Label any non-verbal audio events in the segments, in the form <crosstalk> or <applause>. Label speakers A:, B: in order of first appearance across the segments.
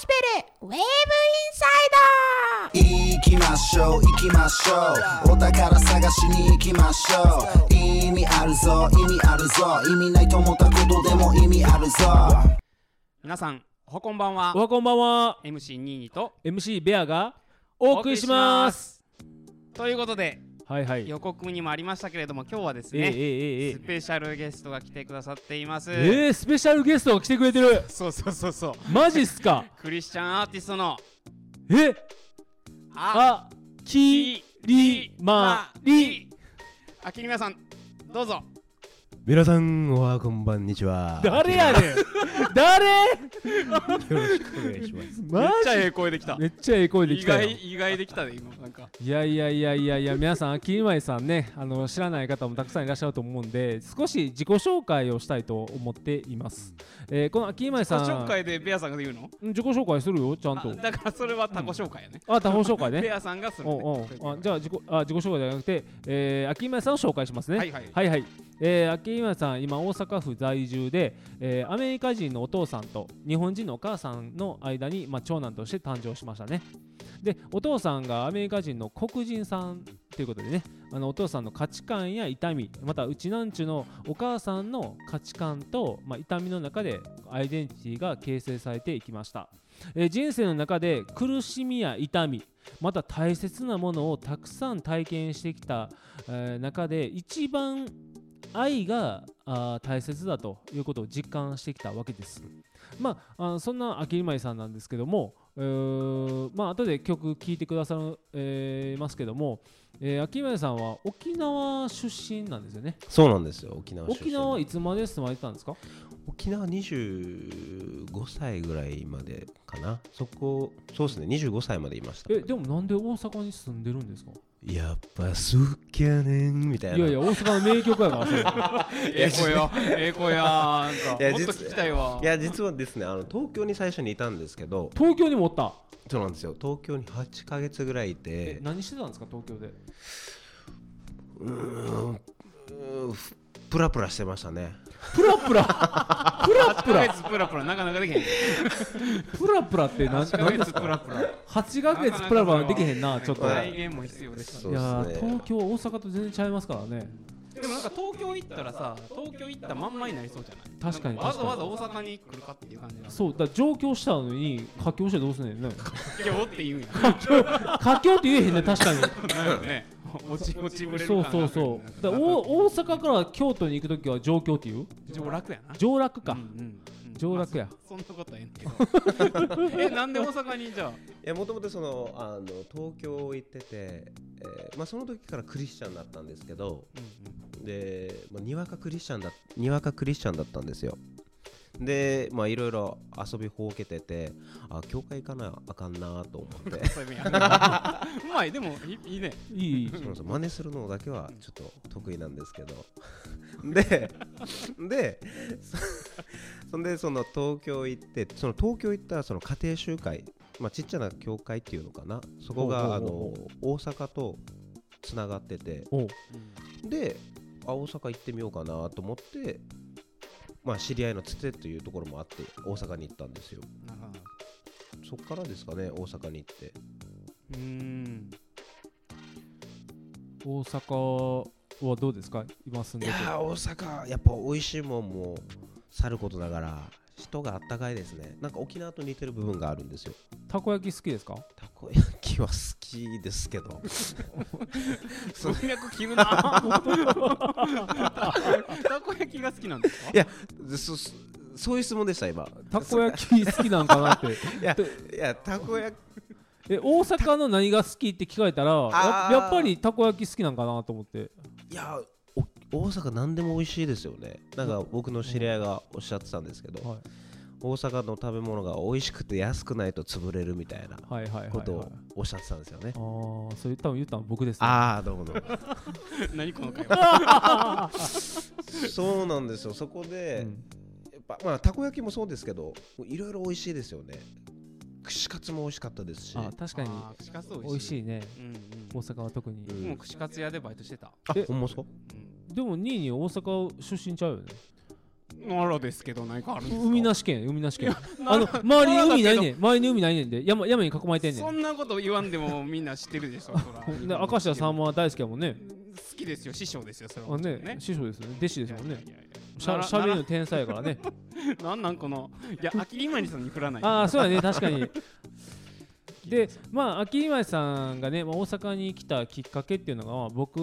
A: ウェーブインサイ
B: 行きましょう行きましょうお宝探しに行きましょう意味あるぞ意味あるぞ意味ないと思ったことでも意味あるぞ
C: 皆さんおはこんばんは
D: おはこんばんは
C: MC22 と
D: MC ベアがお送りします
C: お送りしますということで
D: はいはい
C: 予告にもありましたけれども今日はです
D: ええ
C: ね、
D: えええ
C: スペシャルゲストが来てくださっています、
D: えええスペシャルゲストが来てくれてる
C: そうそうそうそう
D: マジっ
C: <laughs>
D: すか
C: クリスチャンアーティストの
D: え
C: あ
D: あきりまり
C: あきりまさんどうぞ
E: 皆さん、おはこんばんにちは。
D: 誰やねん誰
E: よろしくお願いし
D: <laughs>
E: ます。
D: マジ
C: ええ声できた
D: めっちゃええ声で
C: 意
D: 来た
C: 外
D: よ
C: 意外できたね今なんか
D: いやいやいやいやいや皆さん秋今井さんねあの知らない方もたくさんいらっしゃると思うんで少し自己紹介をしたいと思っています、えーこの秋今井さん
C: 自己紹介でベアさんが言うの
D: うん自己紹介するよちゃんと
C: あだからそれは他己紹介やね、
D: あ他方紹介ね
C: ベアさんがする、ね、
D: おうおうあじゃあ自己あ自己紹介じゃなくて、えー、秋今さんを紹介しますね。
C: はいはい
D: はい、えー、秋今さん今大阪府在住で、えー、アメリカ人のお父さんと日本人のお母さんの間に、まあ、長男として誕生しましたね。でお父さんがアメリカ人の黒人さんということでねあのお父さんの価値観や痛みまたうちなんちゅのお母さんの価値観と、まあ、痛みの中でアイデンティティが形成されていきました、えー人生の中で苦しみや痛みまた大切なものをたくさん体験してきた、えー中で一番愛があー大切だということを実感してきたわけです。まあ、あのそんな秋今井さんなんですけども、えーまあ後で曲聴いてくださる、えーますけども、えー、秋今井さんは沖縄出身なんですよね。
E: そうなんですよ、沖縄出身
D: 沖縄はいつまで住まれてたんですか
E: 沖縄25歳ぐらいまでかな。そこ、そうですね、25歳までいました。
D: えでもなんで大阪に住んでるんですか
E: やっぱ好きやねん、みたいな。
D: いやいや大阪の名曲やから <laughs> それ
C: ええ声やええ声やなんかもっ
E: いや
C: と
E: 実
C: 聞きたいわ
E: いや実はですね、あの東京に最初にいたんですけど、
D: 東京にもおった
E: そうなんですよ、東京に8ヶ月ぐらいい
D: え
E: て、
D: 何してたんですか東京で
E: うーん、うーんふプラプラしてましたね。
D: プラプラプラプ
C: 8
D: ラ
C: ヶ月プラプラなかなかできへん
D: プラプラって何
C: 8ヶ月プラプラ
D: 8ヶ月プラプラできへんなちょっと
E: はい
C: 来年も必要です
E: そ
D: いう
E: で
D: やー
E: すね
D: 東。京大阪と全然違いますからね
C: でもなんか東京行ったらさ東京行ったまんまになりそうじゃない
D: 確かに
C: なんかわ
D: 確かに
C: ざわざ大阪に来るかっていう感じが
D: そうだから上京したのに佳境してどうすんねんね
C: 今日って言うんや
D: 佳境って言えへんね確かに
C: なんかね落
D: <laughs>
C: ち落ちぶれる
D: そ
C: 感
D: う
C: が
D: そうそうだからお大阪から京都に行く時は上京っていう
C: 上楽やな
D: 上落か、
C: うんうんうん
D: 上洛や
C: まあそそんなことはええねんけど <laughs> えなんで大阪にじゃあ
E: いやもともとそのあの東京行ってて、えーまあ、その時からクリスチャンだったんですけどで、まあ、にわかクリスチャンだにわかクリスチャンだったんですよでまあいろいろ遊びほうけててあ教会行かなあかんなと思っ
D: <laughs>
E: て
C: そういう意味や <laughs> うまいでもいいいね
D: いい
E: その真似するのだけはちょっと得意なんですけど <laughs> ででそ <laughs> そんでその東京行ってその東京行ったらその家庭集会、まあ、ちっちゃな教会っていうのかなそこが
D: ほ
E: あ
D: う
E: の
D: ほうほ
E: 大阪とつながってて
D: お
E: であ大阪行ってみようかなと思って、まあ、知り合いのつてというところもあって大阪に行ったんですよ
C: なるほど
E: そっからですかね大阪に行って
C: うーん
D: 大阪はどうですか今住ん
E: い
D: で
E: や
D: て
E: ー大阪やっぱ美味しいもんもさることながら人があったかいですねなんか沖縄と似てる部分があるんですよ
D: たこ焼き好きですか
E: たこ焼きは好きですけ <laughs> どそう
C: <laughs> 文脈切るなたこ焼きが好きなんですか
E: いやそそそういう質問でした今
D: たこ焼き好きなんかなって
E: いやいやたこ焼き
D: え大阪の何が好きって聞かれたらや
E: あー
D: やっぱりたこ焼き好きなんかなと思って
E: いやお大阪何でも美味しいですよねなんか僕の知り合いがおっしゃってたんですけど、
D: はい
E: 大阪の食べ物が美味しくて安くないと潰れるみたいな
D: はいはいはい、はい、
E: ことをおっしゃってたんですよね、
D: ああそれ多分言ったの僕ですね
E: ああどうもどうも
C: 何この会話
E: そうなんですよそこで、
D: うん
E: やっぱまあたこ焼きもそうですけどいろいろ美味しいですよね串カツも美味しかったですし
D: あ確かに
C: あー串カツ
D: 美味し
C: い
D: いね
C: うんうん
D: 大阪は特に、
E: うん
C: もう串カツ屋でバイトしてた、
E: あ
D: え
E: ほんまですか
C: うん
D: でも2位に大阪出身ちゃうよね
C: 奈良ですけど何かあるんですか
D: 海なし県海なし県
C: な
D: あの周りに海
C: 奈良だ
D: な
C: け
D: い
C: ど
D: ねん周りに海ないねんで山山に囲まれてんね
C: そ
D: ん
C: んなこと言わんでもみんな知ってるでしょ
D: <laughs>
C: そら
D: で明石家さんまは大好きやもんね
C: 好きですよ師匠ですよそれ
D: あ
C: は
D: ね師匠ですよね弟子ですもん
C: い
D: ね
C: やいやいや
D: しゃしゃべりの天才やからね
C: ななんなんこのいや秋今にさんに振らない
D: ああそう
C: <laughs>
D: やね確かにでまあ秋今井さんがね、まあ、大阪に来たきっかけっていうのが、まあ僕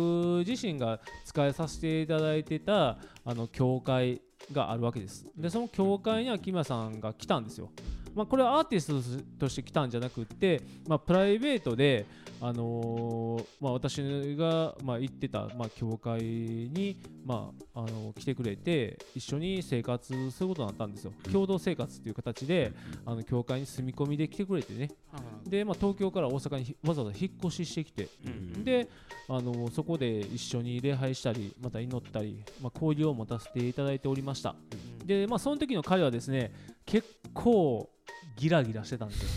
D: 自身が使いさせていただいてたあの教会があるわけですでその教会に秋今井さんが来たんですよまあこれはアーティストとして来たんじゃなくって、まあ、プライベートで、あのーまあ、私が、まあ、行ってた、まあ、教会に、まああの来てくれて一緒に生活することになったんですよ共同生活っていう形であの教会に住み込みで来てくれてねで、まあ、東京から大阪にひわざわざ引っ越ししてきて、
C: うん
D: であのそこで一緒に礼拝したりまた祈ったり、まあ、交流を持たせていただいておりましたで、まあ、その時の彼はですね結構ギラギラしてたん
C: <laughs>
D: ですよ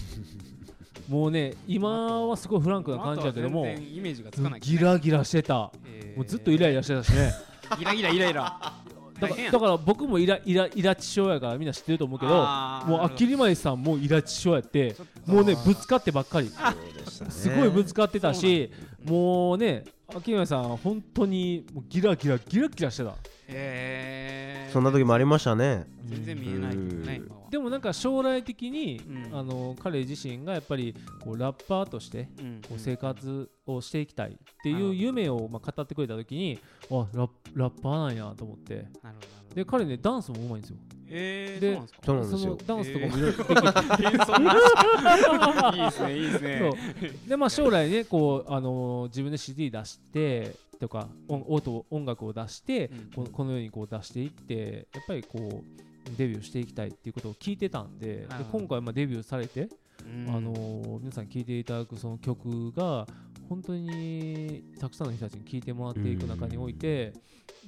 D: もうね今はすごいフランクな感じだけども、
C: 全然イメージがつかないけ
D: ギ
C: どね
D: ラギラしてた
C: えー
D: もうずっとイライラしてたしね
C: ギラギライライラ
D: だ
C: 大
D: か
C: 変
D: ら
C: や
D: だから僕もイライライラ父親やからみんな知ってると思うけど
C: あー
D: も
C: な
D: う
C: るほ
D: あ
C: ど
D: きりまいさんもイラ父親やって
C: ちょっと
D: もうねぶつかってばっかり
E: そうでしたね
D: すごいぶつかってたし
C: そうなんだ
D: もうね秋山さん本当にもうギラギラギラギラしてた
C: えー
E: そんな時もありましたね
C: 全然見えないけどね
E: うん
C: 今は
D: でもなんか将来的に、
C: うん
D: あの彼自身がやっぱりこうラッパーとして
C: うん
D: こう生活をしていきたいっ
C: な
D: て
C: いるほど
D: う夢をまあ語ってくれた時にあラッラッパーなんやと思って
C: なるほどなるほど
D: で彼ねダンスもうまいんですよ
C: えー
D: で
C: そうなんですか
E: そうなんですよ
D: のダンスとかもいろいろ
C: えーそんないいですねいいですね
D: そうでまあ将来ねこう、あのー自分で CD 出してとか音音音楽を出して、
C: うん
D: ここのようにこう出していってやっぱりこうデビューしていきたいっていうことを聞いてたんでで
C: なるほど
D: 今回まあデビューされて、
C: うん
D: あのー皆さん聴いていただくその曲が本当にたくさんの人たちに聴いてもらっていく中において、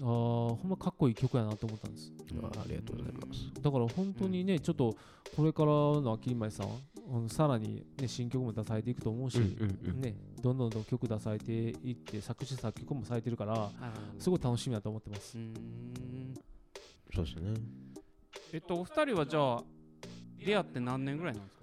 D: ああーほんまかっこいい曲やなと思ったんです
E: ありがとうございます
D: だから本当にね、ちょっとこれからの秋前さんあのさらに、ね、新曲も出されていくと思うし、ね、どんどんどん曲出されていって作詞作曲もされてるから
C: なるほど
D: すごい楽しみだと思ってます
C: うーん
E: そうですね
C: えっとお二人はじゃあ出会って何年ぐらいなんですか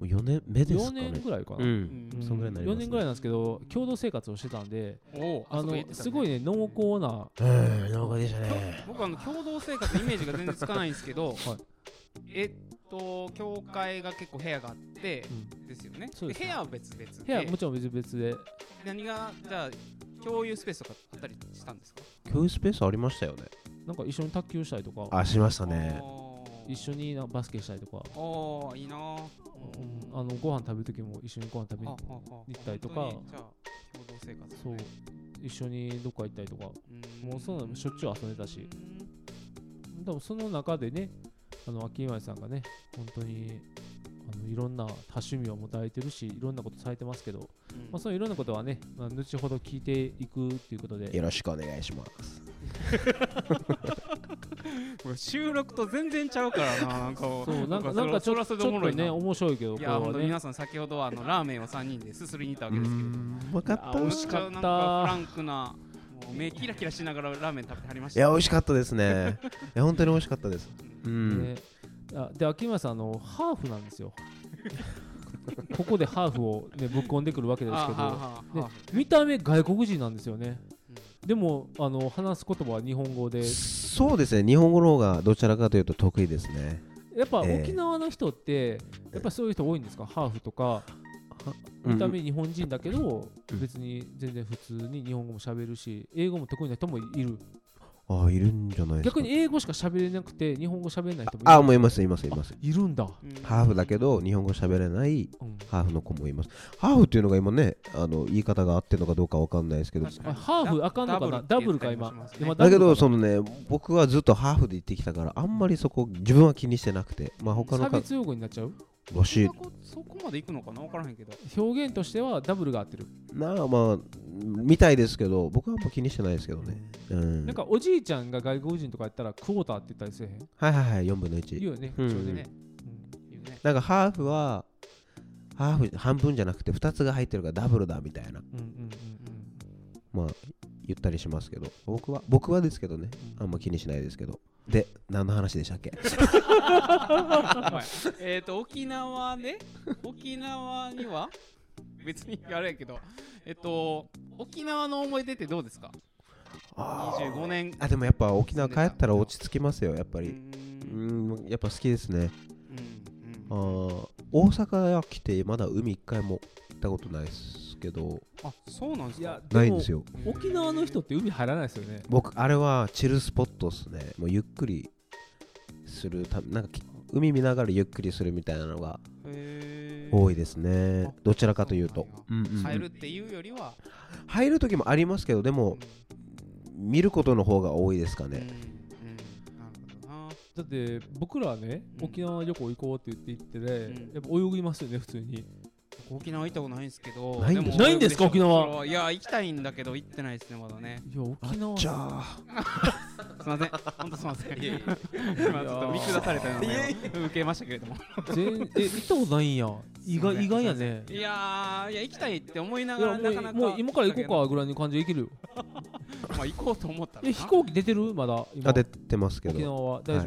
E: もう4年目で
D: 4
E: すかね
D: 年ぐらいかな、
E: う
D: うん
E: んそんぐらいになります
D: 4年ぐらいなんですけど共同生活をしてたんで
C: おお
D: あのすごいね濃厚な
E: うんなんかでしたね
C: 僕あの共同生活のイメージが全然つかないんですけど、
D: <laughs> はい
C: えっと教会が結構部屋があって、ですよね
D: そうです
C: 部屋は別々で
D: 部屋はもちろん別々で
C: 何がじゃあ共有スペースとかあったりしたんですか
E: 共有スペースありましたよね
D: なんか一緒に卓球したりとか
E: あしましたね
D: 一緒
C: に
D: になバスケしたりとか、
C: おーいいなあ
D: うんあのご飯食べる時も一緒にご飯食べ
C: あ
D: に
C: ああ
D: 行ったりとか
C: 本当にじゃあ共同生活だね
D: そう一緒にどっか行ったりとか
C: ん
D: もうそんなのしょっちゅう遊んでたしでもその中でねあの秋山さんがね本当にあのいろんな多趣味を持たれてるしいろんなことされてますけど、
C: うん
D: まあ、そのいろんなことはね、まあ、後ほど聞いていくっていうことで
E: よろしくお願いします
C: これ収録と全然ちゃうからななんか
D: そうなんかなんかちょ
C: そら
D: っ
C: そ
D: と
C: ら
D: ち
C: それでお
D: ょ
C: もろいな
D: っとね面白いけ
C: い
D: どこれ
C: や
D: は
C: 本当
D: ね
C: 皆さん先ほどはあのラーメンを3人ですすりに行ったわけですけれども
E: まか
D: あ美味しか
C: なん
D: っ
C: かフラ
D: た
C: ンクなもう目キラキラしながらラーメン食べてはりまし
E: い
C: た
E: や美味しかったです
D: <laughs>
E: ねいや本当に美味しかったですうん
D: ねあで秋山さんあのハーフなんですよ <laughs> ここでハーフを、ね、ぶっ込んでくるわけ
C: あ
D: で
C: ー
D: す
C: は
D: け
C: あ
D: ど
C: はあ
D: ね
C: はあ
D: 見た目外国人なんですよねでもあの話す言葉は日本語で
E: そうですね日本語の方がどちらかというと得意ですね
D: やっぱ
E: ええ
D: 沖縄の人って、やっぱそういう人多いんですか、ハーフとか見た目日本人だけど、
E: うん
D: 別に全然普通に日本語も喋るし英語も得意な人もいる
E: あいるんじゃないですか
D: 逆に英語しか喋れなくて日本語喋れない人もいる
E: あもういますいますいます
D: いるんだ、
C: うん
E: ハーフだけど日本語喋れない
D: うん
E: ハーフの子もいますハーフっていうのが今ねあの言い方が合ってるのかどうかわかんないですけど
C: 確か
D: あ
C: に
D: ハーフあかんのかなダブルか今
C: って言
D: 今
C: ったりもしますね
E: だけ
D: ダ
E: ど
D: ブ
E: そのね僕はずっとハーフで行ってきたからあんまりそこ自分は気にしてなくてまあ他
D: ルか
E: の
D: 差
E: か
D: 別用語になっちゃう
E: わし
C: そこそこまで行くのかな分からへんけど
D: 表現としてはダブルが合ってる、
E: なあまあみたいですけど僕はもう気にしてないですけどねうん
D: なんかおじいちゃんが外国人とか言ったらクォーターって言ったりせえへん
E: はいはいはい4分の1
D: 言うよね
E: うん
D: 一応ね
E: うん
D: ね
C: 言うね
E: なんかハーフはハーフ半分じゃなくて2つが入ってるからダブルだみたいな
D: うんうんうん
E: まあ言ったりしますけど僕は僕はですけどね
D: うん
E: あんま気にしないですけどで何の話でしたっけ
C: <laughs> えっと沖縄ね沖縄には <laughs> 別にあれやけどえっと沖縄の思い出ってどうですか
E: あー
C: 25年
E: あでもやっぱ沖縄帰ったら落ち着きますよやっぱ
C: う
E: りうんんやっぱ好きですね
C: うん
E: あー大阪来てまだ海一回も行ったことないですけど
C: あそうなんです
D: いや
C: か
E: ないんですよ
C: へー
D: 沖縄の人って海入らないですよね
E: 僕あれはチルスポットっすねもうゆっくりするたなんかき海見ながらゆっくりするみたいなのが
C: へー
E: 多いですね
C: あ
E: どちらかというと
C: そ
E: うんうんうん
C: 入るっていうよりは
E: 入る時もありますけどでも見ることの方が多いですか
C: うんうん
E: ね
C: なるほどな
D: だって僕らはね
C: うん
D: 沖縄旅行行こうって言って行ってね
C: うん
D: やっぱ泳ぎますよね普通に
C: 沖縄行ったことないんですけど
E: ないんです
C: も
D: ないんですか沖縄
C: それはいや行きたいんだけど行ってないですねまだ
D: <laughs>
C: ね
D: いや沖縄
E: じゃあ
C: すいません本当すい <laughs> ません今ちょっと見下されたような目を受けましたけれども
D: 全 <laughs> え行ったことないんや意
C: すいませ
D: 外
C: ん
D: 意外やね
C: いやーいや行きたいって思いないがら
D: や
C: なかなか
D: もうもう今から行こうかぐらいの感じで行けるよ
C: まあ行こうと思ったら
D: え
C: な
D: 飛行機出てるまだ今
E: あ出てますけ
D: 沖
E: ど
D: 縄は大丈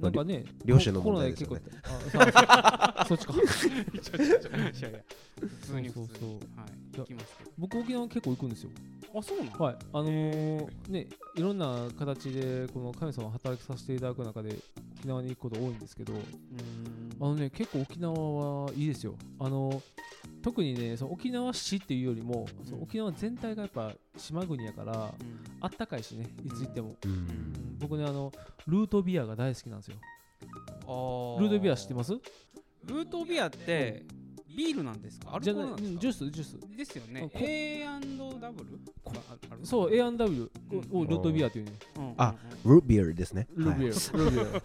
D: 夫、なんかね
E: 両親の問題ですよ
D: コロ
E: ね
D: ナで結構あ
E: <laughs>
D: そうそっちか
C: いやいや普通に普
D: そう
C: 通に
D: そうそう
C: はい行きますけ
D: 僕沖縄結構行くんですよ
C: どあそうなの
D: はいあのー、ねいろんな形でこの神様を働きさせていただく中で沖縄に行くこと多いんですけどあのね結構沖縄はいいですよあのー特にねその沖縄市っていうよりも、その沖縄全体がやっぱ島国やから
C: うん
D: あったかいしねいつ行っても、
E: うん
D: 僕ねあのルートビアが大好きなんですよ
C: あー
D: ルートビア知ってます
C: ルートビアってビールなんですかアル
D: じ
C: コ
D: ゃ
C: ール
D: ない
C: なんで
D: う
C: す
D: ん
C: か
D: ジュースジュース
C: ですよね
D: こ
C: A&W がある
D: そう A&W をルートビアというね
C: うんうんうん
E: あルービアルですね
D: ルービア、
E: はい
C: <laughs>
D: ルービ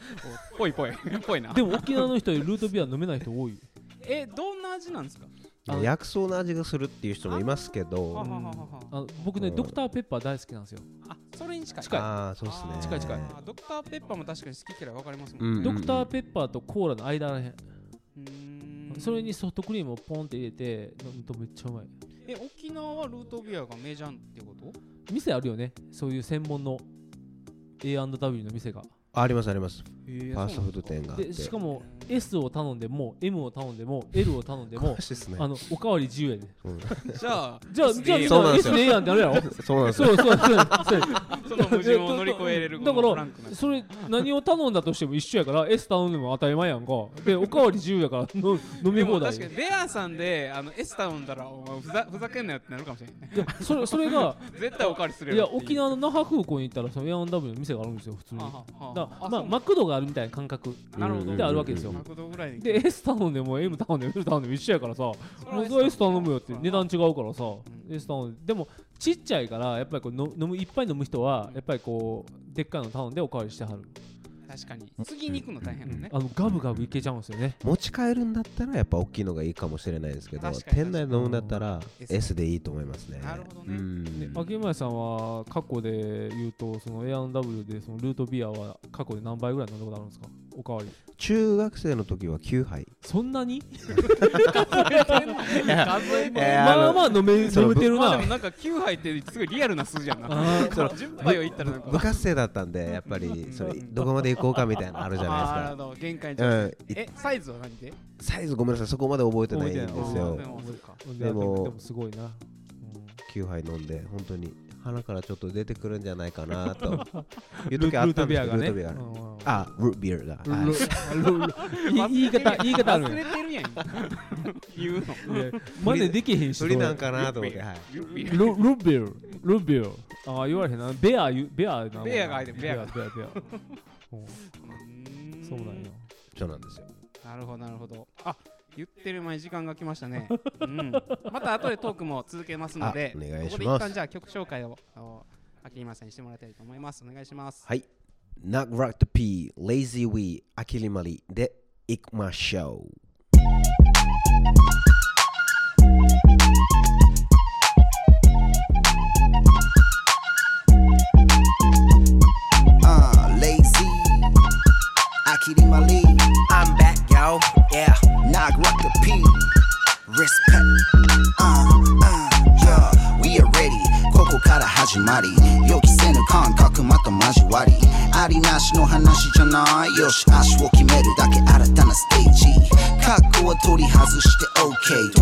C: ぽいぽい <laughs> ぽいな
D: アでも沖縄の人よりルートビア飲めない人多い
C: えどんな味なんですか
E: あの薬草の味がするっていう人もいますけ
C: はは
E: ど
C: ははは
D: あの僕ね
E: うん
D: ドクターペッパー大好きなんですよ
C: あそれに近い
D: 近い
E: ああそうですね
D: 近い近い
C: あードクターペッパーも確かに好き嫌い分かりますも
E: うんん
C: ね
D: ドクターペッパーとコーラの間らへん
C: うーん
D: それにソフトクリームをポンって入れて飲むとめっちゃうまい
C: え沖縄はルートビアがメジャーってこと
D: 店あるよねそういう専門の A&W の店が
E: ありますあります
C: えー
E: ファーストフード
C: そうなん
E: 店があって
D: でしかも S を頼んでも M を頼んでも L を頼んで
E: <laughs>
D: も
E: 詳しいですね
D: あのおかわり自由やね
E: うん
C: ですかじゃあ
D: じゃあじゃあみん
E: そうなん
D: な
E: です
D: S
E: よ
D: でええやんってあるやろ
E: そうなんですよ
D: <laughs> そうそうそうそう
C: その矛盾を乗り越えれる
D: だ
C: こ
D: か
C: の
D: ら
C: フランクな
D: それ何を頼んだとしても一緒やから S 頼んでも当たり前やんかでおかわり自由やからの飲み
C: でも
D: 放題
C: 確かにベアさんであの S 頼んだらお前ふざふざけんなよってなるかもしれ
D: <laughs>
C: ない
D: いやそれそれが
C: 絶対おかわりする
D: いや
C: よってう
D: 沖縄の那覇空港に行ったらその A&W の店があるんですよ普通に
C: あ
D: だ
C: はは
D: か
C: あ
D: らまあ
C: そう
D: マクドがあるみたいな感覚
C: なるほど
D: であるわけですよ
C: なるほどぐらい
D: で S 頼んでも M 頼んでも L 頼んでも一緒やからさ僕は S 頼むよって値段違うからさ
C: ん
D: S 頼んででもちっちゃいからやっぱりこうの飲むいっぱい飲む人は
C: うん
D: やっぱりこうでっかいの頼んでおかわりしてはる
C: 確かに次に行くの大変だね
D: あのガブガブいけちゃうんですよね
E: 持ち帰るんだったらやっぱ大きいのがいいかもしれないですけど
C: 確かに
E: 店内で飲むんだったら
C: 確かに
E: S でいいと思いますね
C: なるほどね
E: うん
D: で秋前さんは過去で言うとその A&W でそのルートビアは過去で何杯ぐらい飲んだことあるんですかおかわり
E: 中学生の時は9杯
D: そんなに
C: 数 <laughs> え
E: えーあの
D: まあまあ飲め飲め
E: その
D: てる
C: まあ
D: な
C: でもなんか9杯ってすごいリアルな数字やな
D: あー
E: その
C: 10杯を言ったらなんか
E: 部活生だったんでやっ
D: <laughs>
E: ぱりそれどこまで行こうかみたいなのあるじゃ
C: あーな
E: な
C: る
E: い
C: ほど限界
E: で
C: じ
E: すか
C: ゃ、
E: うん、
C: えサイズは何で
E: サイズごめんなさいそこまで覚えてないんで
D: 覚
E: す
C: あ
E: よ
C: ーでもそうか
D: でも
E: も
D: でもすごいな、
E: 9杯飲んで本当に鼻からちょっと出てくるんじゃないか
D: <laughs>
E: なという
D: ル
E: 時あ
D: ルー
E: った
D: ト
E: んで
D: ビ
E: す
D: ア
E: け
D: が
E: ど
D: ね
E: ルートビアが
D: うんうん
E: あルービアが
D: ル
E: はい
D: ルル言い <laughs> 方言い方ある
C: 忘れてるやん言うの <laughs>
D: いやマネできへんし
E: それなん
D: か
E: かなと思ってはい
D: ルルビルルビルああ言われへんなベア言うベアなもんな
C: ベアが入ってるベアが
D: ベアベ
C: <laughs>
D: アベアうんそうなんよ
E: そうなんですよ
C: なるほどなるほどあ言ってる前に時間が来ましたね、うん、また後でトークも続けますので
E: あお願いし
C: こ
E: ます
C: こで一旦じゃあ曲紹介をお秋山さんにしてもらいたいと思いますお願いします
E: はい Not Rock the P Lazy We アキリマリで行きましょう
B: あー Uh, lazy あきりまり
F: I'm back, yo. Yeah.
B: knock rock the P respect あーあー yeah we are ready ここから始まり予期せぬ感覚また交わりありなしの話じゃないよし足を決めるだけ新たなステージ格好は取り外して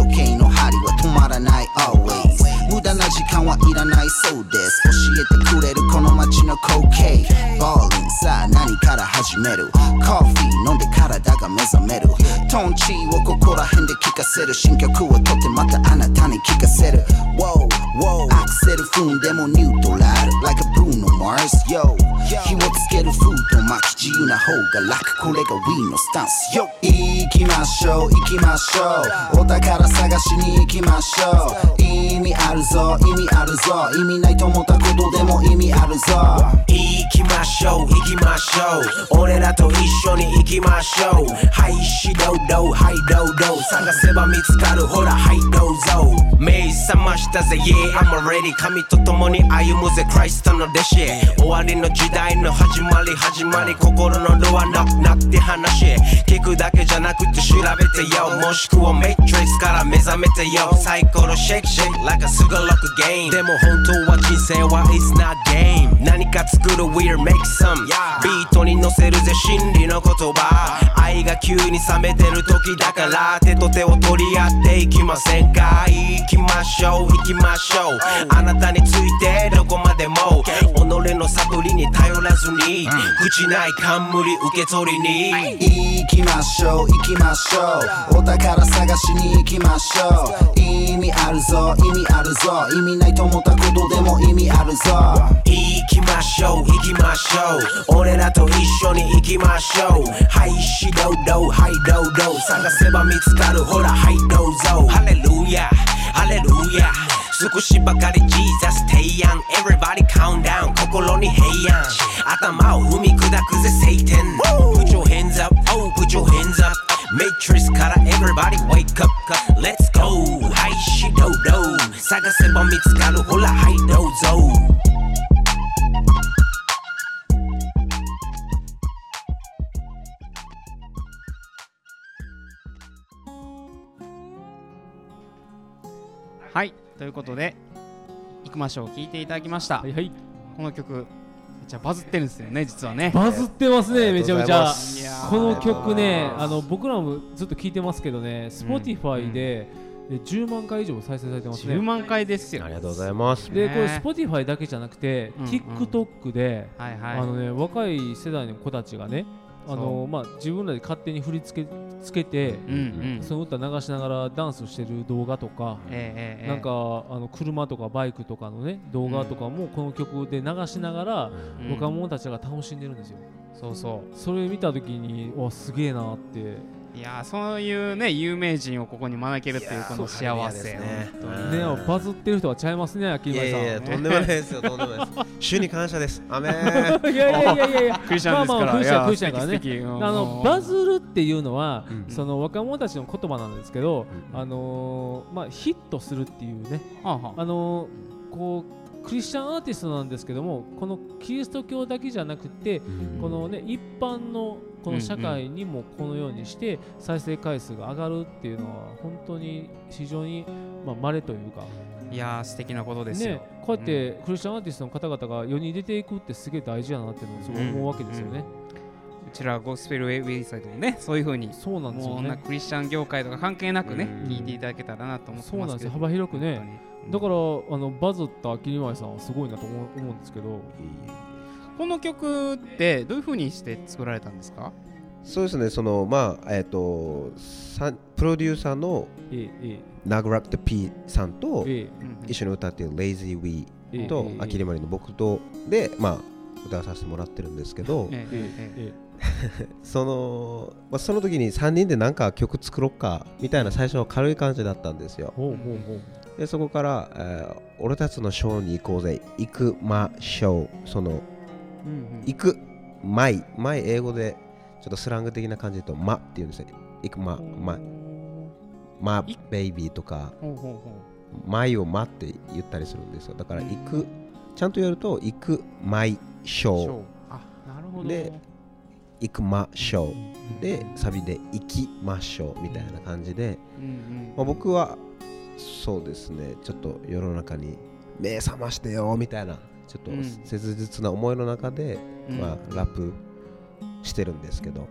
B: OK 時計の針は止まらない always 無駄な時間はいらないそうです教えてくれるこの街の光景バーリンさあ何から始めるコーヒー飲んで体が目覚めるトンチをここら辺で聞かせる新曲をとってまたあなたに聞かせる Wow, wow アクセル踏んでもニュートラル Like a Bruno Mars, yo 火をつけるフード巻き自由な方が楽これが We のスタンス Yo 行きましょう行きましょうお宝探しに行きましょう意味あるぞ意味あるぞ意味ないと思ったことでも意味あるぞ
F: 行きましょう行きましょう俺らと一緒に行きましょうはいしどうどうはいどうどう探せば見つかるほらはいどうぞ目覚ましたぜ Yeah I'm ready 神と共に歩むぜクライストの弟子終わりの時代の始まり始まり心のドアなくなって話聞くだけじゃなくて調べてよもしくはメトリックスから目覚めてよサイコロシェイクシェイク like a すごろくゲームでも本当は人生は It's not game 何か作る We'll make some ビートに乗せるぜ真理の言葉愛が急に冷めてる時だから手と手を取り合っていきませんか行きましょう行きましょうあなたについてどこまでも己の悟りに頼らずに朽ちない冠受け取りに
B: 行きましょう行きましょうお宝探しに行きましょう意味あるぞ意味あるぞ意味ないと思ったことでも意味あるぞ
F: 行きましょう行きましょう俺らと一緒に行きましょうはいしどうどうはいどうどう探せば見つかるほらはいどう
C: <laughs>
F: ぞハレルヤハレルヤ少しばかり Jesus 提案 Everybody count down 心に平安頭を踏み砕くぜ聖典 Put your hands up oh put your hands up Matrix から Everybody wake up Let's go はいしどうどう探せば見つかるほらはいどうぞ
C: はいということで「行きましょう」聞いていただきました、
D: はいはい
C: この曲めっちゃバズってるんですよね実はね
D: バズってますねめちゃめちゃ
C: いやー
D: この曲ねあの僕らもずっと聞いてますけどね Spotify でえ10万回以上再生されてますね
C: 10万回ですよ
E: ありがとうございます
D: でこれ
C: ね
D: Spotify だけじゃなくて
C: うんうん
D: TikTok で
C: はいはい
D: あのね若い世代の子たちがね
C: そ
D: あのまあ自分らで勝手に振り付けつけて
C: うんうん
D: その歌流しながらダンスしてる動画とか
C: ええええええ
D: なんかあの車とかバイクとかのね動画とかもこの曲で流しながら
C: うん
D: 若者たちが楽しんでるんですよ
C: そうそ
D: それ見た時にわすげえなって
C: ういやーそういうね有名人をここに招けるっていうこの幸せ
D: ねバズってる人はちゃいますね秋
E: い
D: 山
E: や
D: さん
E: いやいやとんでもないですよとんでもないです <laughs> 主に感謝ですアメ <laughs> ン
D: いやいやいやいやいや
C: クリスチャンですから
D: まあまあクリスチャンクリスチャン
C: いや
D: からね
C: 素敵素敵 <laughs> うん
D: あのバズるっていうのは、
E: うん
D: その若者たちの言葉なんですけど、
E: うん
D: あのーまあ、ヒットするっていうね、
C: はあはあ
D: あのーこうクリスチャンアーティストなんですけどもこのキリスト教だけじゃなくてこのね一般の
C: うん
D: こ
C: う
D: の
C: ん
D: 社会にもこのようにして再生回数が上がるっていうのは本当に非常にまあ稀というか、
C: いやー素敵なことですよ、
D: ね、こうやってクリスチャンアーティストの方々が世に出ていくってすげえ大事やなっていうのをすごい思うわけですよね。
C: うんうちらゴスペルウェブサイトもねそういう風に
D: そうなんです
C: もう
D: よ
C: 女
D: ね。
C: クリスチャン業界とか関係なくね、
E: うん
C: 聞いていただけたらなと思って
D: そう
C: ま
D: なん
C: すけ
D: ですよ
C: ど
D: 幅広くね。だかららあのバズった桐舞さんはすごいなと思う思うんですけど、
C: この曲ってどういう風にして作られたんですか
E: そうですねそのまあえっとさプロデューサーの
D: えええ
E: ナグラプト P さんと
D: ええ
E: 一緒に歌ってる「Lazy We
D: ええ」
E: と
D: ええ
E: 「あきりまり」の僕とでまあ歌わさせてもらってるんですけど
C: ええええ
D: え
E: そのまあその時に3人でなんか曲作ろっかみたいな最初は軽い感じだったんですよ
D: ほうほうほう。
E: でそこから、えー俺たちのショーに行こうぜ行くましょうそ
C: うん
E: の
C: うん
E: 行くまいまい英語でちょっとスラング的な感じで言うとまっていうんですよ行くままま
C: い
E: ベイビーとか
C: ほうほうほ
E: まいをまって言ったりするんですよだから行くちゃんとやると行くまいし
C: う
E: ょう
C: あなるほど
E: で行くましょ
C: うん
E: うでサビで行きましょうみたいな感じで、
C: うんうん
E: まあ、僕はそうですねちょっと世の中に目覚ましてよみたいなちょっと
C: うん
E: 切実な思いの中で、
C: うん
E: まあ、ラップしてるんですけど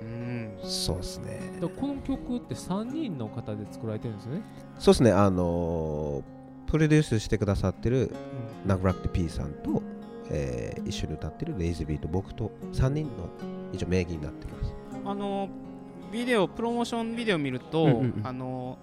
C: うん
E: そうですね
D: だからこの曲って3人の方で作られてるんですよね
E: そうですねあのープロデュースしてくださってるナグラクティ P さんと、えー一緒に歌ってるレイズビーと僕と3人の一応名義になってます
C: あのビデオプロモーションビデオ見ると、
E: うんうんうん
C: あの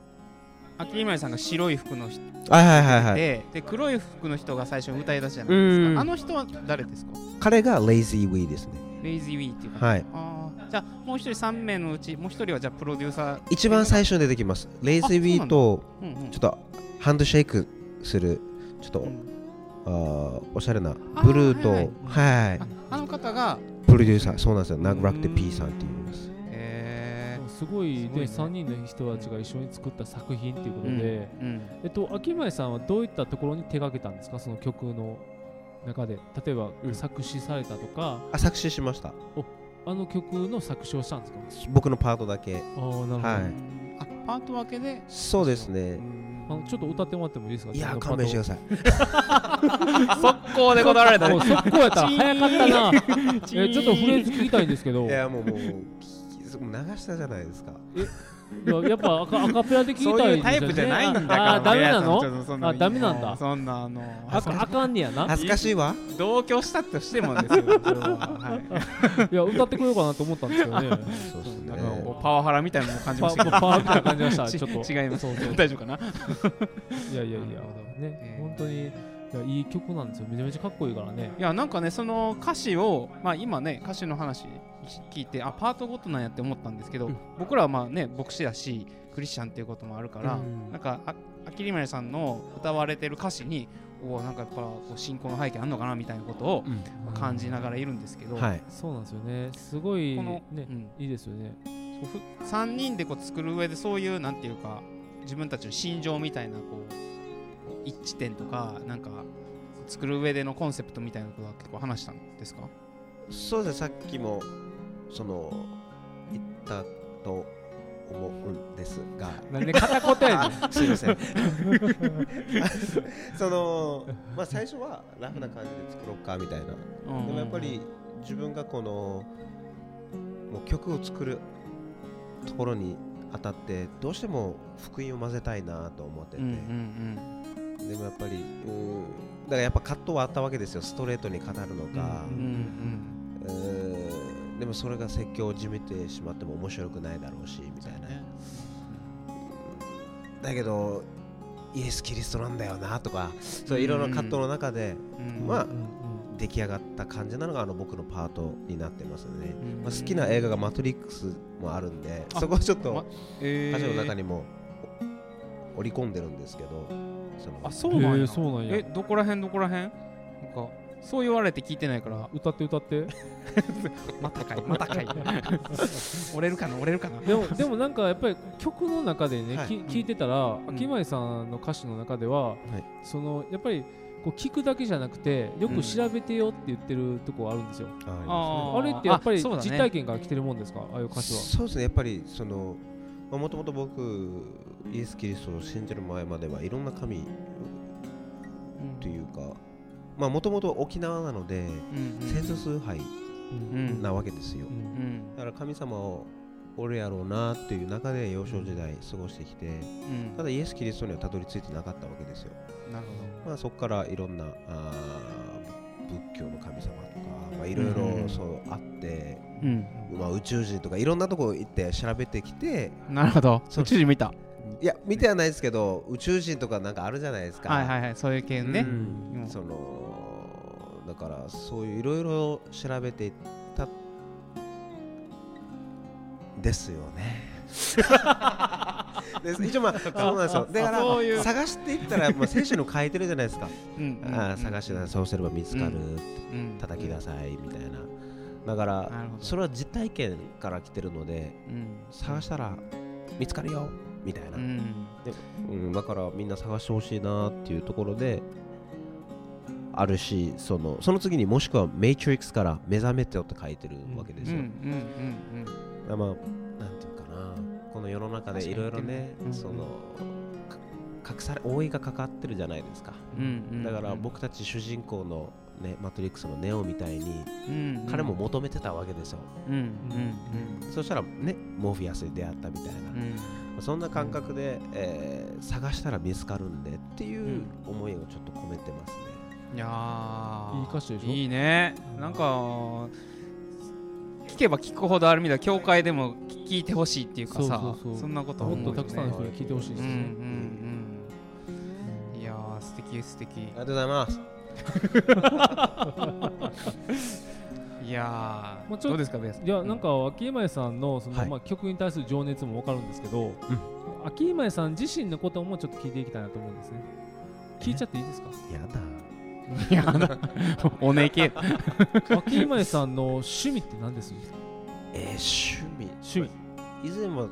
C: 秋今井さんが白い服の人で、
E: はいはいはいはい
C: で黒い服の人が最初歌い出すじゃないです
E: うん
C: かあの人は誰ですか
E: 彼がレイズーウィーですね
C: レイジーウィーっていうか、
E: はい
C: あーじゃあもう一人3名のうちもう一人はじゃあプロデューサー
E: 一番最初に出てきますレイズーウィーと
C: うんうん
E: ちょっとハンドシェイクするちょっと、
C: うん
E: あーおしゃれな
C: あー
E: ブルーと
C: は
E: はいい、
C: ああの方が、
E: プロデューサーそうなんですよナグラクティ P さんっていうんです
C: え
D: すごい
C: すごいね
D: ね3人の人たちが一緒に作った作品ということで、
C: ーうん、
D: えっと秋前さんはどういったところに手がけたんですかその曲の中で例えば、
E: うん
D: 作詞されたとか
E: あ作詞しました
D: あの曲の作詞をしたんですか
E: 僕のパートだけ
D: ああなるほど、
E: はい
C: あパート分けで
E: そうですね
D: あのちょっと歌ってもらってもいいですか
E: いやー勘弁してください
C: 速攻でこだわられた
D: もう速攻やったら早かったな
C: チーン
D: えちょっとフレーズ聞きたいんですけど
E: い
D: いや
E: やもうもう聞きもう流したじゃないですか
D: やっぱアカアカペラで聞きたい
C: そういうタイプじゃないんだから
D: ああーダメな
C: ちょっと
D: の
C: そん
D: あダメなんだ
C: そんなあの
D: あかあかんねやな
E: 恥ずかしいわ
C: 同居したとしてもですよ、
D: <laughs>
C: それははい
D: いや歌ってこようかなと思ったんですけどね
E: そうです
C: な
E: ね
C: んかこうパワハラみたいなのも感じま
D: パ
C: し
D: パ
C: たけど
D: ワーみたいな感じまし
C: <laughs>
D: た
C: ち
D: ちょっと
C: 違います
D: そうそう
C: 大丈夫かない
D: やいやいや
C: なるほ
D: ね
C: えー
D: <laughs> 本当にいやいい曲なんですよめちゃめちゃかっこいいからね
C: いやなんかねその歌詞をまあ今ね歌詞の話聞いてあパートごとなんやって思ったんですけど、僕らはまあね牧師だしクリスチャンっていうこともあるから、なんかああきりまりさんの歌われてる歌詞におおなんかやっぱこう信仰の背景あんのかなみたいなことを感じながらいるんですけど、
E: はい
D: そうなんですよねすごい
C: この
D: ね、
C: うん
D: いいですよね
C: こうふ3人でこう作る上でそういうなんていうか自分たちの心情みたいなこう一致点とかなんか作る上でのコンセプトみたいなことは結構話したんですか
E: そうですねさっきもその言ったと思うんですが
D: なんで片言やねん
E: あすいません <laughs> そのまあ最初はラフな感じで作ろうかみたいな
C: うん
E: でもやっぱり自分がこのもう曲を作るところにあたってどうしても福音を混ぜたいなと思ってて、
C: うんうん
E: でもやっぱりうんだからやっぱ葛藤はあったわけですよストレートに語るのか、
D: う
C: うんうんん
E: うんでもそれが説教をじみてしまっても面白くないだろうしみたいな、だけどイエス・キリストなんだよなとかそういろいろな葛藤の中で
C: うん
E: まあ
D: <laughs> うんうん
E: 出来上がった感じなのがあの僕のパートになってますね、
C: うん
E: まあ、好きな映画が「マトリックス」もあるんでそこはちょっと
C: えー
E: 歌詞の中にもお織り込んでるんですけどその
C: あそうなん
D: へ
C: や,、
D: ーそうなんや
C: えどこら辺どこら辺なんかそう言われて聞いてないから
D: 歌って歌って
C: またかいまた
E: <laughs>
C: かい折れるかな折れるかな <laughs>
D: でもでもなんかやっぱり曲の中でね、
E: はい
D: き聞いてたら、
C: ん
D: 秋前さんの歌詞の中では、
E: い
D: そのやっぱりこう聞くだけじゃなくてよく調べてよって言ってるとこあるんですよ、
E: ああります
C: あー
D: あれってやっぱり
C: あそうだね
D: 実体験から来てるもんですかああいう歌詞は
E: そうですねやっぱりそのもともと僕イエス・キリストを信じる前まではいろんな神というかまあもともと沖縄なので
C: うんうん
E: 先祖崇拝
C: うん
E: なわけですよ
D: うん
C: うん
E: だから神様をおるやろうなっていう中で幼少時代過ごしてきて
C: うん
E: ただイエス・キリストにはたどり着いてなかったわけですよ
C: なるほ
E: まあそこからいろんなあー仏教の神様とかまあいろいろそうあって
C: どうん
E: まあ宇宙人とかいろんなとこ行って調べてきて
C: なるほど
E: そう
C: 宇宙人見た
E: いや見てはないですけど宇宙人とかなんかあるじゃないですか
C: はいはいはいそういう系
E: うん
C: ねうん
E: そのだからそういういろいろ調べていったですよ
C: <laughs>
E: ねです一応まあそうなんですよだか
C: そういう
E: ら探していったら、まあ、聖書にも書いてるじゃないですか
C: <laughs> うんうん
E: ああ探してたらそうすれば見つか
C: う
E: る、
C: ん
E: 叩き出さいみたいなだから
C: なるほど
E: それは実体験から来てるので
C: うん
E: 探したら見つかるよみたいな、
C: うん
E: うん、だからみんな探してほしいなっていうところであるしそのその次にもしくは「メイトリックス」から「目覚めてよ」って書いてるわけで
C: うんう
E: す
C: んう
E: よ、
C: ん
E: だからまあなんていうかなこの世の中でいろいろね、
C: うん
E: そのか隠され覆いがかかってるじゃないですか、
C: うん
E: だから、僕たち主人公の、ね、マトリックスのネオみたいに
C: うん
E: 彼も、求めてたわけですよ、
C: うんうん
E: そしたらねモーフィアスに出会ったみたいな、
C: うん
E: そんな感覚で、えー探したら見つかるんでっていう思いをちょっと込めてますね、
C: うん、いやー
D: いい歌詞でしょ
C: いいねなんか聞けば聞くほどあるみたい教会でも聞聞いてほしいっていうかさ
D: そうそうそう
C: そんなことは
D: もっ
C: 思
D: と
C: うよね
D: たくさんの人に聞いてほしいで
C: う
D: す
C: ん
D: ね、
C: うんうんいやー素敵素敵
E: ありがとうございます
C: いやー
D: もうちょ
C: どうですかベース
D: いやなんか秋山さんのその、
E: はい
D: まあ、曲に対する情熱もわかるんですけど、秋山さん自身のこともちょっと聞いていきたいなと思うんですね聞いちゃっていいですか
E: やだ
C: いやおね
D: <laughs>
C: け
D: 秋山さんの趣味って何です
E: えー、趣味
D: 趣味
E: 以前は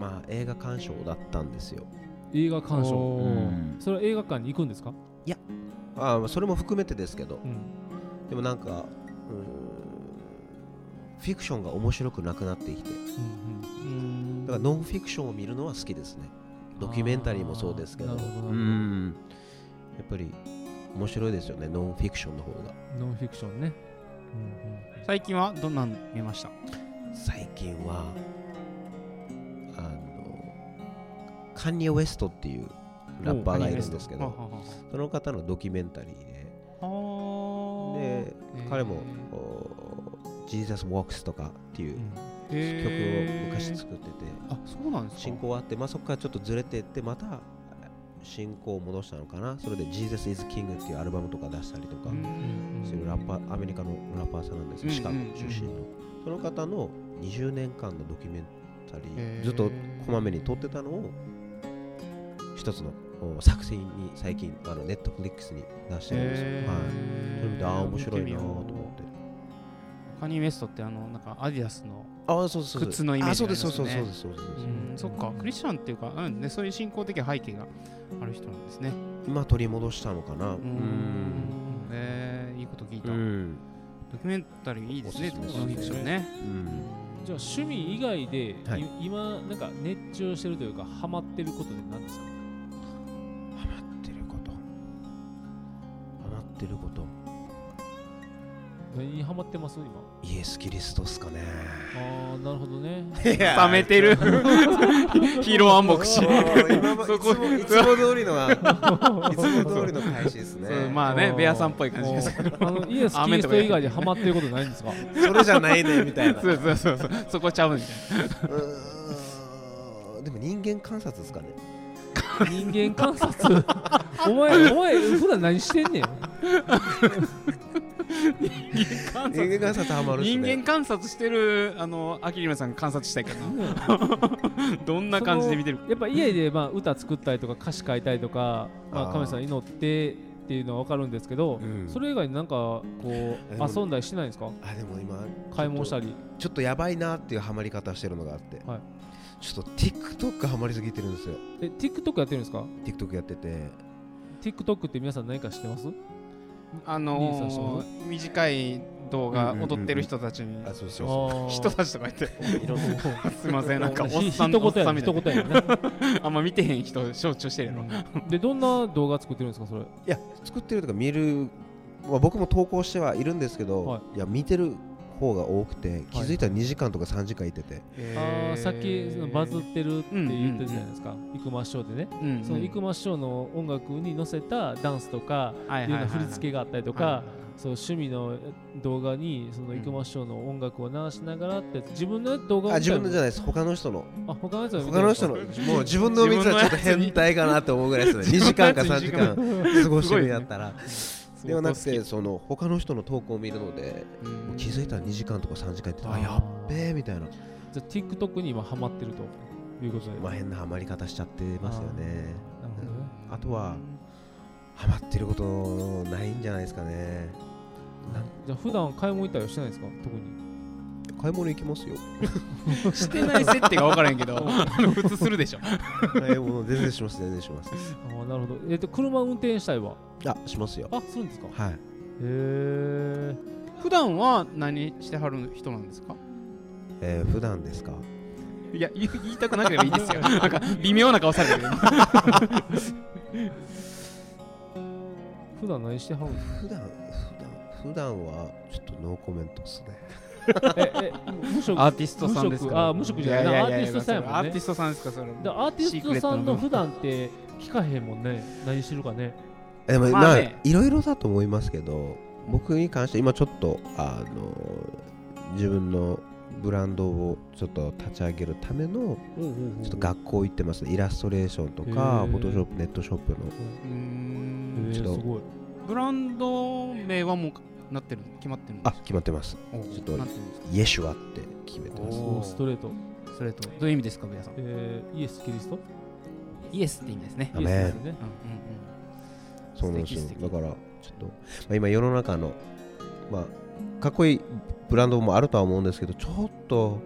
E: まあ映画鑑賞だったんですよ
D: 映画鑑賞
E: う
C: お
E: ん
D: それは映画館に行くんですか、
E: あーそれも含めてですけど
D: うん、
E: でもなんかうーんフィクションが面白くなくなってきてだ
C: うん
E: からノンフィクションを見るのは好きですねドキュメンタリーもそうですけど
D: あーなるほどなるほど
E: うんやっぱり面白いですよねノンフィクションの方が
D: ノンフィクションね、
C: 最近はどんなの見ました
E: 最近はあのカンニエ・ウェストっていうラッパーがいるんですけ
C: は
E: どその方のドキュメンタリーで
C: はは
E: で
C: ー
E: 彼も「Jesus Walks」とかっていう曲を昔作ってて
C: あそうなんですか
E: 進行はあって、まあ、そこからちょっとずれていってまた進行を戻したのかなそれで「Jesus is King」っていうアルバムとか出したりとか
C: う
D: うんんうん
E: そういうラッパーアメリカのラッパーさんなんですよシカゴ出身のその方の20年間のドキュメンタリ
C: へ
E: ー
C: ー
E: ずっとこまめに撮ってたのを一つのお作品に最近あのネットフリックスに出してるんですよ、
C: へー
E: はいそれ見てああ面白いなと思
C: 見てみよ
E: って
C: うカニエウエストってあのなんかアディダスの
E: ああそうそうそう
C: 靴のイメージ
E: あそうです
C: あ
E: そう
C: ります
E: そう
C: よ
E: そう
C: ね
E: ですそ
C: う
E: うですそうです
C: んそっかクリスチャンっていうかうんねそういう信仰的背景がある人なんですね
E: 今取り戻したのか
C: うん
E: なう
C: んえーいいこと聞いた
E: う
C: ド
E: ん
C: キュメンタリーいいですね
E: おすす
C: ノン
E: め
C: フ
E: です
C: ィクシ
E: ね
C: ョンね
E: うん
D: じゃあ趣味以外で、い
E: はい
D: 今なんか熱中してるというかハマってることで何ですか
E: ハマってることハマってること
D: 何にハマってます今
E: イエス・キリストっすかね
D: ああなるほど
C: <laughs>
D: ね
C: 冷めてる <laughs> ヒーロー暗 <laughs> 黙し
E: 今もい
C: そこ
E: つもいつも通りのはいつも通りの開始 <laughs> ですね。
C: まあねベアさんっぽい感じです
D: けどあのイエス・キリスト以外でハマってることないんですか
E: それじゃないねみたいな。う
C: そうそうそうそうそこちゃうんじゃ
E: ーんでも人間観察ですかね。
D: 人間観察 <laughs> お前お前普段何してんねん
E: 人間観察ハマるっす
C: 人
E: ね。
C: 間観察してるあのアキリメさん観察したいかな <laughs> どんな感じで見てる
D: やっぱ家でまあ歌作ったりとか歌詞書いたりとか、ま
E: あ
D: あ、
E: ー
D: 神様祈ってっていうのは分かるんですけど、
E: うん
D: それ以外になんかこう
E: でも
D: 遊んだりしてないんですか
E: あでも今
D: 買い物した
E: り
D: り
E: ちょっとやばいなっていうハマり方してるのがあって、
D: はい
E: ちょっと TikTok ハマりすぎてるんですよ。
D: え TikTok やってるんですか
E: TikTok やってて
D: TikTok って皆さん何か知ってます
C: あ
D: リーさんそ
C: の
D: う
C: ー、短い動画踊ってる人たちに、
E: あそうそうそ
C: 人
D: 人
C: たちとか言って
E: ういろんな
C: すいませんなんかおっ
D: ひ
C: さ
D: 一
C: んおっさ
D: 言や
C: ん
D: ね
C: みた
D: 一
C: いな
D: 言やね
C: あんま見てへん人象徴してるやろ
D: でどんな動画作ってるんですかそれ
E: いや作ってるとか見る、まあ、僕も投稿してはいるんですけど、、
D: はい
E: や見てる方が多くて気づいたら2時間とか3時間いてて、
D: あーさっきそのバズってるって言ってたじゃないですか「イクマショー」でね
C: うんうん
D: その「イクマショー」の音楽に乗せたダンスとか
C: はいい
D: ろんな振り付け
C: が
D: があったりとかそう趣味の動画にその
C: うん
D: イクマショーの音楽を流しながらってやつ自分の動画を
E: あ
D: 見
E: 自
D: たり
E: 分のじゃないです他の人の
D: あ他のやつを見て
E: 他の人のもう自分の見たらちょっと変態かなって思うぐらいですね2 <laughs>
C: 自
E: 時
C: 分の
E: 間
C: やつ
E: か3時間過ごしてるんやったら
C: す
E: ではなくてその他の人の投稿を見るのでもう気づいたら2時間とか3時間いてて
D: あー
E: あやっべえみたいな、
D: じゃあ TikTok に今ハマってるということで
E: まあ、変なハマり方しちゃってますよね
D: なるほどね
E: あとはハマってることないんじゃないですかね
D: じゃあ普段買い物行ったりはしてないですか特に
E: 買い物行きます <laughs> よ
C: してない設定が分からへんけど <laughs> あの普通するでしょ
E: 買い物全然します全然します
D: あーなるほどえっと車運転したいは
E: あしますよ
D: あするんですかへ
E: はい
D: え
C: 普段は何してはる人なんですか
E: えー、普段ですか
C: いや言い言いたくなければいい <laughs> ですよなんか微妙な顔されてる
D: 普段何してはるんです
E: 普段普段普段はちょっとノーコメントっすね
D: かええ無職
C: アーティストさんですか
D: 無
C: ら
D: 職あ無職じゃない
C: ややや
D: アーティストさんやもんね
C: アーティストさんですかそれ
D: でアーティストさんの普段って聞かへんもんね何してるかね
E: えまあ、
C: まあね
E: まあいろいろだと思いますけど僕に関して今ちょっとあの自分のブランドをちょっと立ち上げるためのちょっと学校行ってますねイラストレーションとか
D: へー
E: フォトショップネットショップの
C: うー
D: え
C: ん
D: ー、
E: ち
D: す
E: ょっと
D: ごい
C: ブランド名はもうなってる決まってるんで
E: あ
C: すか
E: 決まってます
C: お
E: ちょっと
C: なんていうんですか
E: イエシュアって決めてます
C: おー
D: ストレート、
C: それとどういう意味ですか皆さん
D: えー、イエス・キリスト
C: イエスって意味ですね
E: ア
D: イ
E: メン
D: エスですね
C: うんうんうん
E: そうなんですよ
C: 素敵素敵
E: だからちょっと、まあ、今世の中の、まあ、かっこいいブランドもあるとは思うんですけどちょっと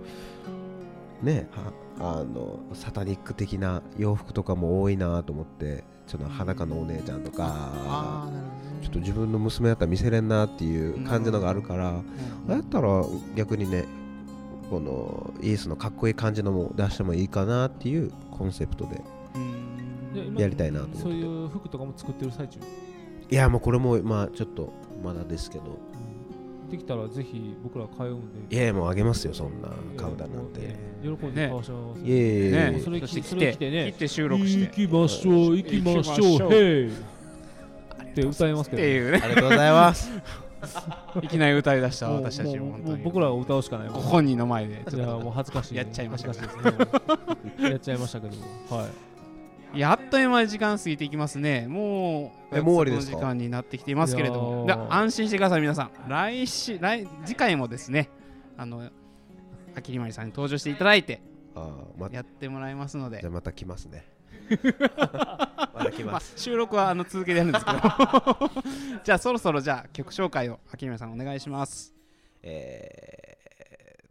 E: ねはあのサタニック的な洋服とかも多いなと思ってちょっと裸のお姉ちゃんと
C: あ
E: か
C: あなるほどね
E: ちょっと自分の娘だったら見せれんなっていう感じのがあるから
C: うん
E: だったら逆にねこのイエスのかっこいい感じのも出してもいいかなっていうコンセプトで
C: うん
D: で今
E: やりたいなと思って
D: そういう服とかも作ってる最中
E: いやもうこれもまあちょっとまだですけど
D: できたらぜひ僕ら通うん
E: い
D: で
E: やいやもうあげますよそんな買うだなんて
D: 喜んで顔し合わせ
E: いやいやい
C: ね
E: や
D: それ
C: そして来
D: それ
C: て
D: 着てね
C: 来て収録して
D: 行きましょう行きましょうへいって歌います
C: っ
D: け
C: て
D: ど
C: いうね <laughs>
E: ありがとうございます
C: いきなり歌い出した
D: もう
C: 私たちも
D: も
C: 本
D: うも
C: 当
D: う
C: に
D: 僕らは歌うしかない
C: ご本人の前でち
D: いや
C: ょっ
D: もう恥ずかしい
C: やっちゃいました
D: 恥ずかしいですねやっちゃいましたけどもはい
C: といやあっという間に時間過ぎていきますねもう
E: えもう終わりですか
C: この時間になってきていますけれども
D: い
C: だ
D: やー
C: から安心してください皆さん来週来次回もですねあのあきりまりさんに登場していただいて
E: <laughs> あーまじ
C: やってもらいますので
E: ゃあまた来ますねまた来
C: ま
E: ま
C: あ
E: す、
C: 収録はあの続けてやるんですけ
D: <laughs>
C: どじゃあそろそろじゃあ曲紹介をあきりまりさんお願いします
E: えー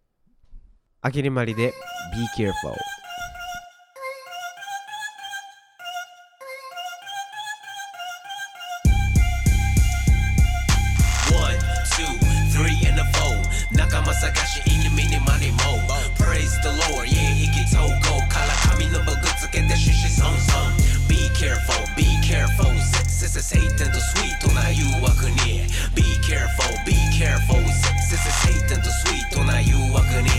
E: あきりまりで Be careful
F: 1, 2, 3, and a 4仲間探し犬見にマニモ Praise the Lord, yeah, 意気投合から髪のバグつけてシュシソンソン Be careful, be careful せせせセイテンとスイートな誘惑に Be careful, be careful せせせセイテンとスイートな誘惑に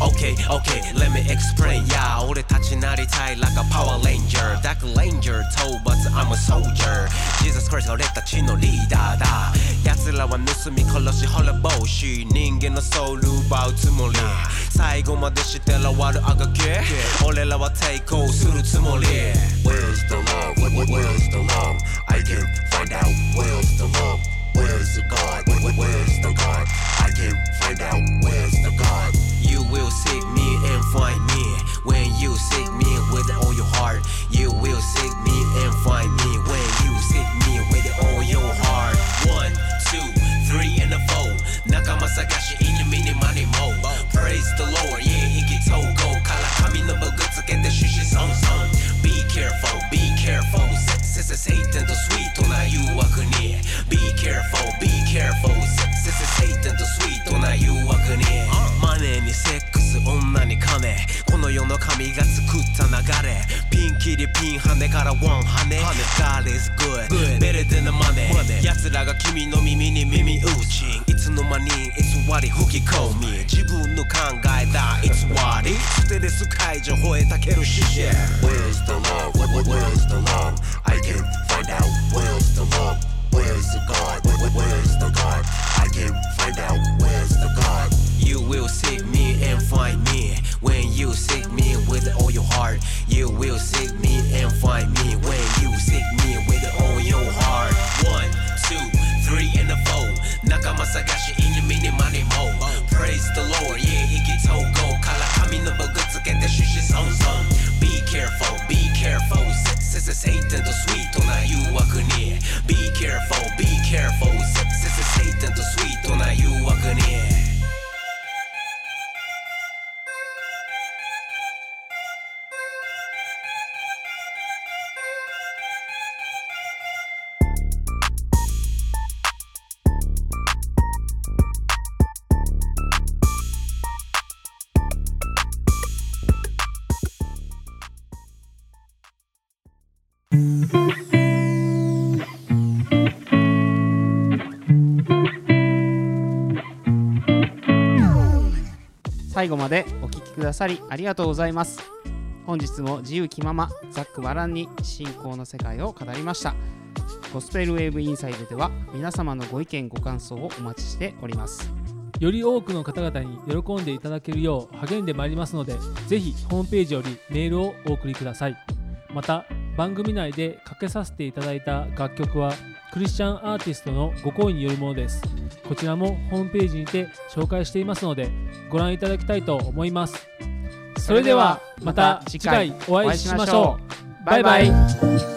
F: OK, OK, let me explain Yeah, 俺たちなりたい like a power ranger Dark ranger, 討伐 I'm a soldier Jesus Christ 俺たちのリーダーだ奴らは盗み殺し滅ぼし人間のソウル奪うつもり最後までしてらわるあがけ俺らは抵抗するつもり
G: Where's the love? Where, where, where's the love? I can't find out. Where's the love? Where's the God? Where, where, where's the God? I can't find out. Where's the God?
F: You will seek me and find me when you seek me with all your heart You will seek me and find me when you seek me with all your heart One, two, three and a four 仲間探し犬見にマニモ Praise the Lord, yeah 意気投合から髪のバグつけてシュシソンソン Be careful, be careful せせせセイテンとスイートな誘惑に Be careful, be careful せせせセイテンとスイートな誘惑にマネーにセックス女に金この世の神が作った流れピンキリピンハネからワンハネ God is good, better than the money 奴らが君の耳に耳打ちいつの間に偽り吹き込み自分の考えだ偽りステレス解除吠えたけるシシェ
G: Where's the love? Where, where, where's the love? I can't find out. Where's the love? Where's the God? Where, where, where's the God? I can't find out. Where's the God?
F: You will seek me and find me when you seek me with all your heart. You will seek me and find me when you seek me with all your heart. One, two, three, and a four. 仲間探し in the mini money mo. Praise the Lord, yeah, 意気投合から髪のバグつけてシュシュソンソン。Be careful, be careful. せせせセイテンとスイートな誘惑に。Be careful, be careful. せせせセイテンとスイートな誘惑に。
G: Where's the love? Where's the God? Where, where, where's the God? I can't find out. Where's the love? Where's the God? Where, where, where's the God? I can't find out. Where's the love? Where's the God? Where, where, where's the God? I can't find out. Where's the God? Where, where, where's the God? I can't find out. Where's the God? Where, where, where's the God? I can't find out. Where's the God? Where, where, where's the God? I can't find out. Where's the God? Where, where, where's the God? I can't find out. Where's the God? Where, where, where's the God? I can't find out. Where's the God? Where, where, where's the God? I can't find out. Where's the God? Where, where, where's the God? I can't find out. Where's the God? Where, where, where's the God? I can't find out. Where's the God? Where, where, where's the God? I can't find out. Where's the
C: 最後までお聞きくださりありがとうございます本日も自由気ままざっくばらんに信仰の世界を語りましたゴスペルウェーブインサイドでは皆様のご意見ご感想をお待ちしております
D: より多くの方々に喜んでいただけるよう励んでまいりますのでぜひホームページよりメールをお送りくださいまた番組内でかけさせていただいた楽曲はクリスチャンアーティストのご好意によるものですこちらもホームページにて紹介していますのでご覧いただきたいと思いますそれではまた次回お会いしましょうバイバイ